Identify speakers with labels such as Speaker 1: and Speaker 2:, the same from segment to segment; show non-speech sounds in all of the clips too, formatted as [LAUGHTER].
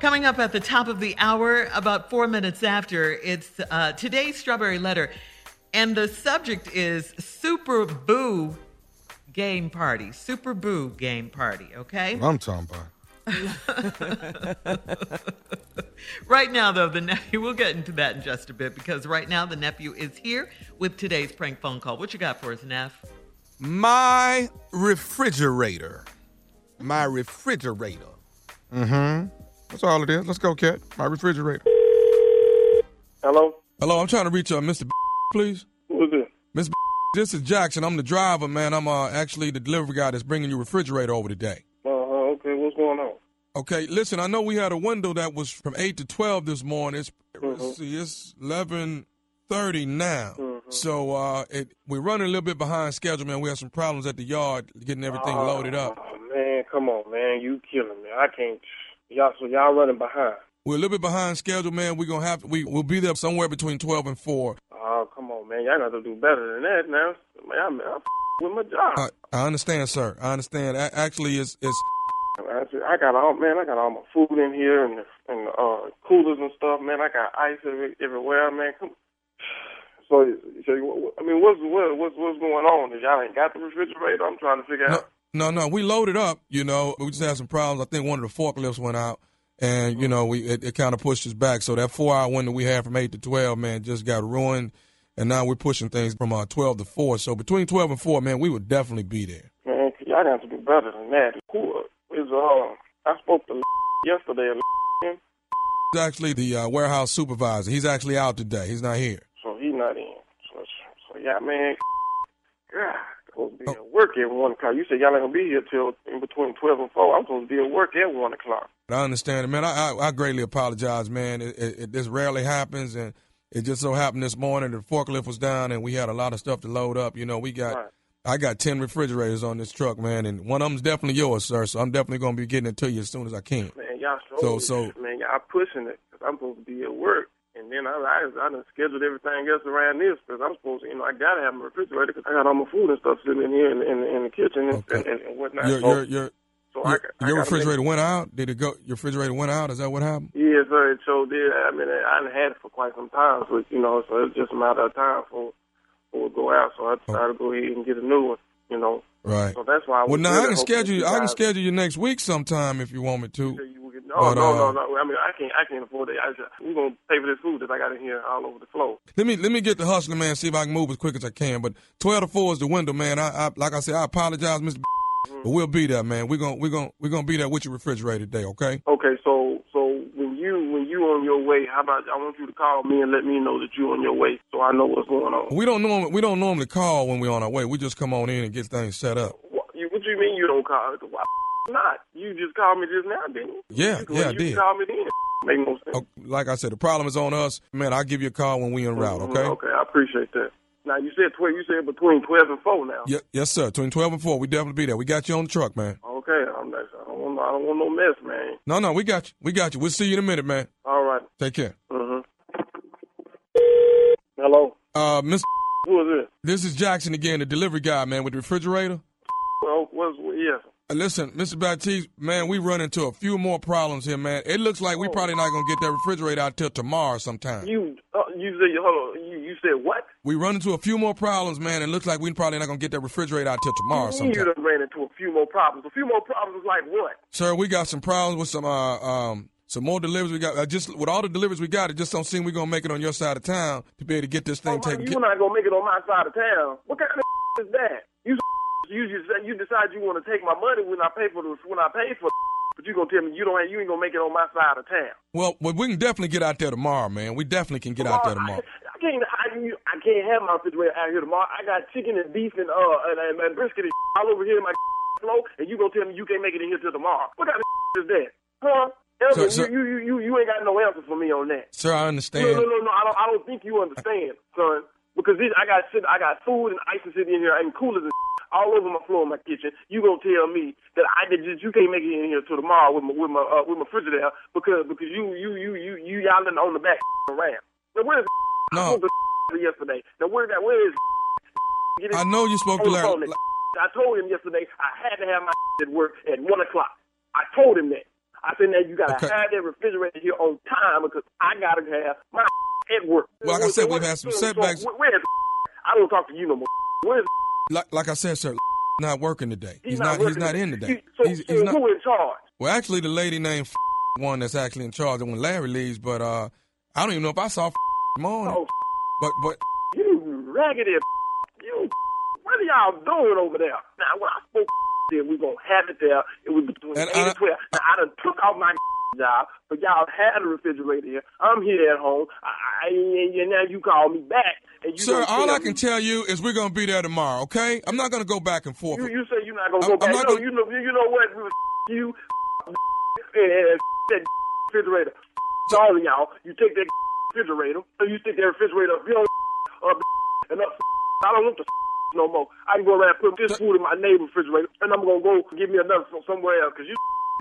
Speaker 1: Coming up at the top of the hour, about four minutes after, it's uh, today's Strawberry Letter. And the subject is Super Boo Game Party. Super Boo Game Party, okay?
Speaker 2: I'm talking about.
Speaker 1: Right now, though, the [LAUGHS] nephew, we'll get into that in just a bit because right now the nephew is here with today's prank phone call. What you got for us, Neff?
Speaker 2: My refrigerator. My refrigerator. Mm-hmm. That's all it is. Let's go, cat. My refrigerator.
Speaker 3: Hello?
Speaker 4: Hello, I'm trying to reach uh, Mr. B, please.
Speaker 3: Who is this?
Speaker 4: Miss B, this is Jackson. I'm the driver, man. I'm uh, actually the delivery guy that's bringing your refrigerator over today.
Speaker 3: Uh, uh, okay, what's going on?
Speaker 4: Okay, listen, I know we had a window that was from 8 to 12 this morning. It's, let's see, it's 11.30 now. So uh, it, we're running a little bit behind schedule, man. We had some problems at the yard getting everything loaded up.
Speaker 3: Oh, man, come on, man. You killing me. I can't. Y'all, so y'all running behind.
Speaker 4: We're a little bit behind schedule, man. We're going to have to, we, we'll be there somewhere between 12 and 4.
Speaker 3: Oh, come on, man. Y'all got to do better than that now. Man, I'm, I'm with my job.
Speaker 4: I, I understand, sir. I understand. A- actually, it's, it's
Speaker 3: I,
Speaker 4: Uh,
Speaker 3: just- I got all, man, I got all my food in here and, and uh, coolers and stuff, man. I got ice every, everywhere, man. Come [SIGHS] so, so, you- I mean, what's, what, what's, what's going on? Is y'all ain't got the refrigerator? I'm trying to figure
Speaker 4: No,
Speaker 3: out.
Speaker 4: no, no. We loaded up, you know. We just had some problems. I think one of the forklifts went out, and you know, we it, it kind of pushed us back. So that four hour window we had from eight to twelve, man, just got ruined. And now we're pushing things from uh, twelve to four. So between twelve and four, man, we would definitely be there.
Speaker 3: Man, y'all got to do better than that. Who is, uh, I spoke to [LAUGHS] yesterday,
Speaker 4: He's actually the uh, warehouse supervisor. He's actually out today. He's not here.
Speaker 3: so he not in. So, so yeah, man, [SIGHS] God, I'm supposed to
Speaker 4: Oh.
Speaker 3: be at work at one o'clock. You said y'all ain't gonna be here till in between twelve and four. I'm supposed to be at work at one o'clock.
Speaker 4: I understand it, man. I, I, I greatly apologize, man. It, it, it, this rarely happens, and it just so happened this morning the forklift was down, and we had a lot of stuff to load up. You know, we got
Speaker 3: Right.
Speaker 4: I got ten refrigerators on this truck, man, and one of them's definitely yours, sir. So I'm definitely gonna be getting it to you as soon as I can.
Speaker 3: Man, y'all
Speaker 4: So-
Speaker 3: so,
Speaker 4: so-
Speaker 3: man, y'all pushing it. i I'm supposed to be at work. And then I, I, I done scheduled everything else around this because I'm supposed to, you know, I gotta have my refrigerator because I got all my food and stuff sitting in here in, in, in the kitchen and,
Speaker 4: Okay.
Speaker 3: and, and whatnot.
Speaker 4: Your
Speaker 3: so
Speaker 4: your your,
Speaker 3: so I,
Speaker 4: your,
Speaker 3: got- I
Speaker 4: your
Speaker 3: gotta make-
Speaker 4: refrigerator went out. Did it go? Your refrigerator went out. Is that what happened?
Speaker 3: Yeah, sir, it sure did. I mean, I done had it for quite some time, so you know, so it's just a matter of time for for it go out. So I decided to go ahead and get a new one. You know,
Speaker 4: Right.
Speaker 3: so that's why. I was
Speaker 4: Well, now I
Speaker 3: really
Speaker 4: can
Speaker 3: hoping that
Speaker 4: schedule you.
Speaker 3: you
Speaker 4: I can
Speaker 3: guys-
Speaker 4: schedule you next week sometime if you want me to.
Speaker 3: that you would get- No,
Speaker 4: But,
Speaker 3: no,
Speaker 4: uh,
Speaker 3: no, no. I mean, I can't. I can't afford it. I just, we're gonna pay for this food that I got in here all over the floor.
Speaker 4: Let me let me get the hustling man. See if I can move as quick as I can. But twelve to four is the window, man. I, I like I said, I apologize, Mister. But we'll be there, man. We're gonna we're gonna we're gonna be there with your refrigerator today, okay?
Speaker 3: Okay, so so when you when you on your way, how about I want you to call me and let me know that you on your way, so I know what's going on.
Speaker 4: We don't norm we don't normally call when we're on our way. We just come on in and get things set up.
Speaker 3: What you, what you mean you don't call? Why not? You just called me just now, didn't you?
Speaker 4: Yeah,
Speaker 3: [LAUGHS] you,
Speaker 4: yeah, I
Speaker 3: you
Speaker 4: did.
Speaker 3: called me then. Make no sense.
Speaker 4: O- Like I said, the problem is on us, man. I'll give you a call when we en route,
Speaker 3: Mhm,
Speaker 4: okay?
Speaker 3: Okay, I appreciate that. Now you said twelve. You said between twelve and four now.
Speaker 4: Ye- yes, sir. Between twelve and four, we definitely be there. We got you on the truck, man.
Speaker 3: Okay, I'm not, I don't want. I don't want no mess, man.
Speaker 4: No, no, we got you. We got you. We'll see you in a minute, man.
Speaker 3: All right.
Speaker 4: Take care,
Speaker 3: Mm-hmm. Hello.
Speaker 4: uh, Mister.
Speaker 3: Who is this?
Speaker 4: This is Jackson again, the delivery guy, man, with the refrigerator.
Speaker 3: Well, Oh, what's yes?
Speaker 4: Uh, Listen, Mr. Baptiste, man, we run into a few more problems here, man. It looks like
Speaker 3: Oh.
Speaker 4: we probably not gonna get that refrigerator out till tomorrow sometime.
Speaker 3: You uh, you said hold on. You, you said what?
Speaker 4: We run into a few more problems, man. It looks like we probably not gonna get that refrigerator out till tomorrow
Speaker 3: you
Speaker 4: sometime.
Speaker 3: done ran into a few more problems. A few more problems is like what?
Speaker 4: Sir, we got some problems with some uh, um some more deliveries we got. Uh, just with all the deliveries we got, it just don't seem we're gonna make it on your side of town to be able to get this thing
Speaker 3: Oh, man,
Speaker 4: taken.
Speaker 3: you not gonna make it on my side of town. What kind of [LAUGHS] is that? You you just you decide you want to take my money when I pay for the, [LAUGHS] when I pay for, but you gonna tell me you don't you ain't gonna make it on my side of town.
Speaker 4: well, well, we can definitely get out there tomorrow, man. We definitely can get out there tomorrow.
Speaker 3: I, I can't. I, you- I can't have my refrigerator out here tomorrow. I got chicken and beef and uh and, and, and brisket and [LAUGHS] all over here in my flow, and you gonna tell me you can't make it in here till tomorrow? What kind of [LAUGHS] is that? Huh? Elvin,
Speaker 4: So- so-
Speaker 3: you, you, you, you ain't got no answer for me on that.
Speaker 4: Sir, I
Speaker 3: No,
Speaker 4: understand.
Speaker 3: [LAUGHS] no, no, no. I don't. I don't think you understand, son. Because this, I got shit, I got food and ice and shit in here and coolers and [LAUGHS] all over my floor in my kitchen. You gonna tell me that I that you can't make it in here till tomorrow with my with my uh, with my refrigerator because because you you you you you y'all done on the back [LAUGHS] around. Now [LAUGHS] where's I
Speaker 4: No,
Speaker 3: spoke to [LAUGHS] yesterday. Now where that where is [LAUGHS] get his
Speaker 4: I know you spoke to
Speaker 3: on the phone?
Speaker 4: Larry.
Speaker 3: I told him yesterday I had to have my at work at one o'clock. I told him that. I said, now you gotta
Speaker 5: Okay.
Speaker 3: have that refrigerator here on time because I gotta have my at work.
Speaker 5: Well, like I said, we've had some setbacks.
Speaker 3: Where, where's I don't talk to you no more. Where's
Speaker 5: Like, like I said, sir, [LAUGHS] not working today. He's,
Speaker 3: he's,
Speaker 5: not. he's
Speaker 3: working
Speaker 5: not in
Speaker 3: You-
Speaker 5: today.
Speaker 3: So,
Speaker 5: he's,
Speaker 3: so
Speaker 5: he's not.
Speaker 3: who in charge?
Speaker 5: Well, actually, the lady named [LAUGHS] one that's actually in charge when Larry leaves. But uh, I don't even know if I saw [LAUGHS] morning.
Speaker 3: Oh,
Speaker 5: But but
Speaker 3: You raggedy, you. What are y'all doing over there? Now, when I spoke, then we gonna have it there. It was between
Speaker 5: And uh,
Speaker 3: eight and,
Speaker 5: I-
Speaker 3: twelve. Now, I done took out my [LAUGHS] job, but y'all had a refrigerator here. I'm here at home. I, I, and now you call me back, and you.
Speaker 5: sir,
Speaker 3: gonna
Speaker 5: all I
Speaker 3: me-
Speaker 5: can tell you is we're gonna be there tomorrow. Okay, I'm not gonna go back and forth.
Speaker 3: You, you say you're not gonna
Speaker 5: I'm-
Speaker 3: go
Speaker 5: I'm
Speaker 3: back.
Speaker 5: not
Speaker 3: no,
Speaker 5: gonna-
Speaker 3: you know, you know what? We was you and that refrigerator. Sorry, y'all. You take that refrigerator. So you take that refrigerator up your up and up. I don't want the no more. I can go around and put this food in my neighbor's refrigerator, and I'm gonna go give me another from somewhere else because you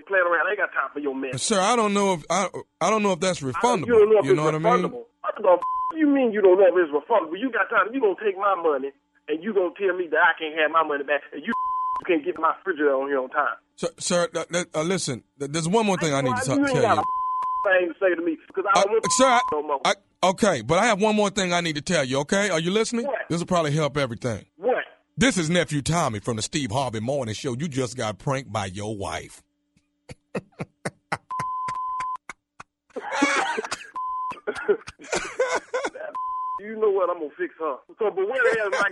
Speaker 3: playing around. I ain't got time for your mess.
Speaker 5: [LAUGHS] Sir, I don't know if I I don't know if that's refundable.
Speaker 3: You don't know if it's
Speaker 5: know what I mean?
Speaker 3: refundable. What the f- you mean you don't know if it's refundable? You got time. You gonna take my money and you gonna tell me that I can't have my money back and you [LAUGHS] can't get my refrigerator on here on time.
Speaker 5: Sir, sir th- th- uh, listen. th- There's one more thing I, need to
Speaker 3: Well,
Speaker 5: t-
Speaker 3: ain't
Speaker 5: tell
Speaker 3: got
Speaker 5: you.
Speaker 3: a [LAUGHS] thing to say to me because [LAUGHS] I
Speaker 5: Uh,
Speaker 3: don't want
Speaker 5: sir, I,
Speaker 3: no more.
Speaker 5: I, okay, but I have one more thing I need to tell you. Okay, are you listening?
Speaker 3: What?
Speaker 5: This will probably help everything.
Speaker 3: what?
Speaker 5: This is nephew Tommy from the Steve Harvey Morning Show. You just got pranked by your wife.
Speaker 3: You know what? I'm gonna fix her. So, but where the [LAUGHS] hell is my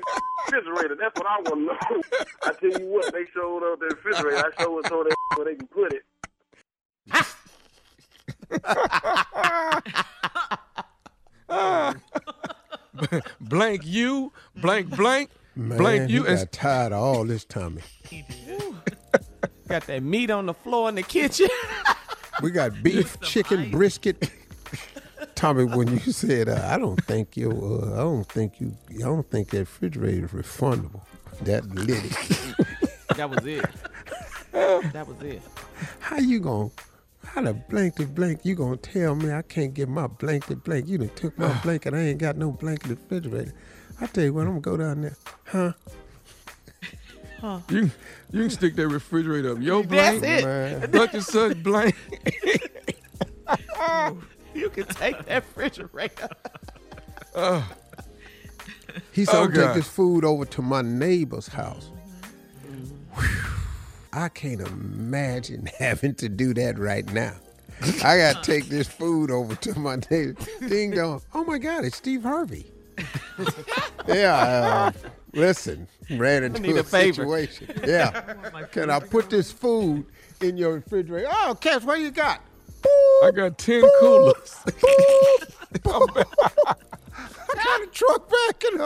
Speaker 3: refrigerator? That's what I want to know. [LAUGHS] I tell you what, they showed up their refrigerator. I showed us so that where they can put it.
Speaker 4: Blank you, blank blank,
Speaker 6: Man,
Speaker 4: blank you.
Speaker 6: he
Speaker 4: and-
Speaker 6: got tired of all this, Tommy.
Speaker 7: Got that meat on the floor in the kitchen.
Speaker 6: We got beef, chicken, brisket. Tommy, when you said, uh, "I don't think you," uh, I don't think you, I don't think that refrigerator is refundable. That lit it.
Speaker 7: that was [LAUGHS] it. That was it.
Speaker 6: How you gonna? How the blanket blank? You gonna tell me I can't get my blanket blank? You done took my blanket. I ain't got no blanket refrigerator. I tell you what, I'm gonna go down there, huh?
Speaker 4: You, you can stick that refrigerator up your blank.
Speaker 7: it.
Speaker 6: Man,
Speaker 4: Such and such blank.
Speaker 7: You can take that refrigerator.
Speaker 6: he said,
Speaker 4: Oh,
Speaker 6: "I'm gonna
Speaker 4: God.
Speaker 6: take this food over to my neighbor's house." Whew. I can't imagine [LAUGHS] having to do that right now. I gotta take this food over to my neighbor. Ding dong! Oh my God, it's Steve Harvey. [LAUGHS] yeah. uh, listen, ran into
Speaker 7: need
Speaker 6: a,
Speaker 7: a favor.
Speaker 6: situation. Yeah. Can I put this food in your refrigerator? Oh, Cash, what you got?
Speaker 4: I got 10 coolers.
Speaker 6: [LAUGHS] I got a truck back in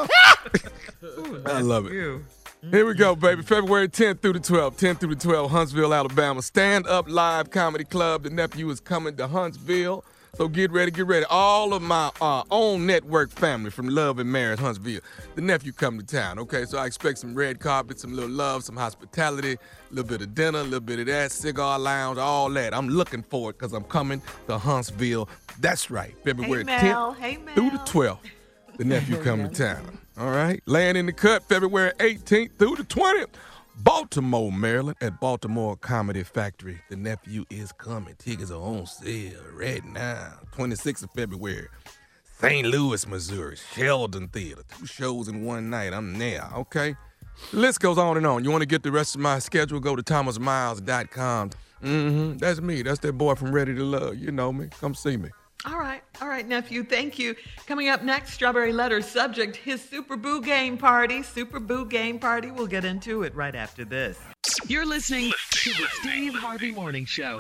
Speaker 6: the
Speaker 4: I love it.
Speaker 1: You.
Speaker 4: Here we go, baby. February 10th through the 12th. 10th through the 12th, Huntsville, Alabama. Stand Up Live Comedy Club. The nephew is coming to Huntsville. So get ready, get ready. All of my uh, own network family from Love and Marriage Huntsville. The nephew come to town. Okay, so I expect some red carpet, some little love, some hospitality, a little bit of dinner, a little bit of that, cigar lounge, all that. I'm looking for it because I'm coming to Huntsville. That's right, February
Speaker 1: Hey, Mel.
Speaker 4: 10th
Speaker 1: Hey, Mel.
Speaker 4: through the 12th. The nephew come to town. All right. Land in the cut February 18th through the 20th. Baltimore, Maryland, at Baltimore Comedy Factory. The nephew is coming. Tickets are on sale right now. 26th of February. St. Louis, Missouri, Sheldon Theater. Two shows in one night. I'm there. Okay. The list goes on and on. You want to get the rest of my schedule? Go to thomasmiles.com. Mm-hmm. That's me. That's that boy from Ready to Love. You know me. Come see me.
Speaker 1: All right, all right, nephew. Thank you. Coming up next, Strawberry Letter subject: his Super Boo game party. Super Boo game party. We'll get into it right after this.
Speaker 8: You're listening to the Steve Harvey Morning Show.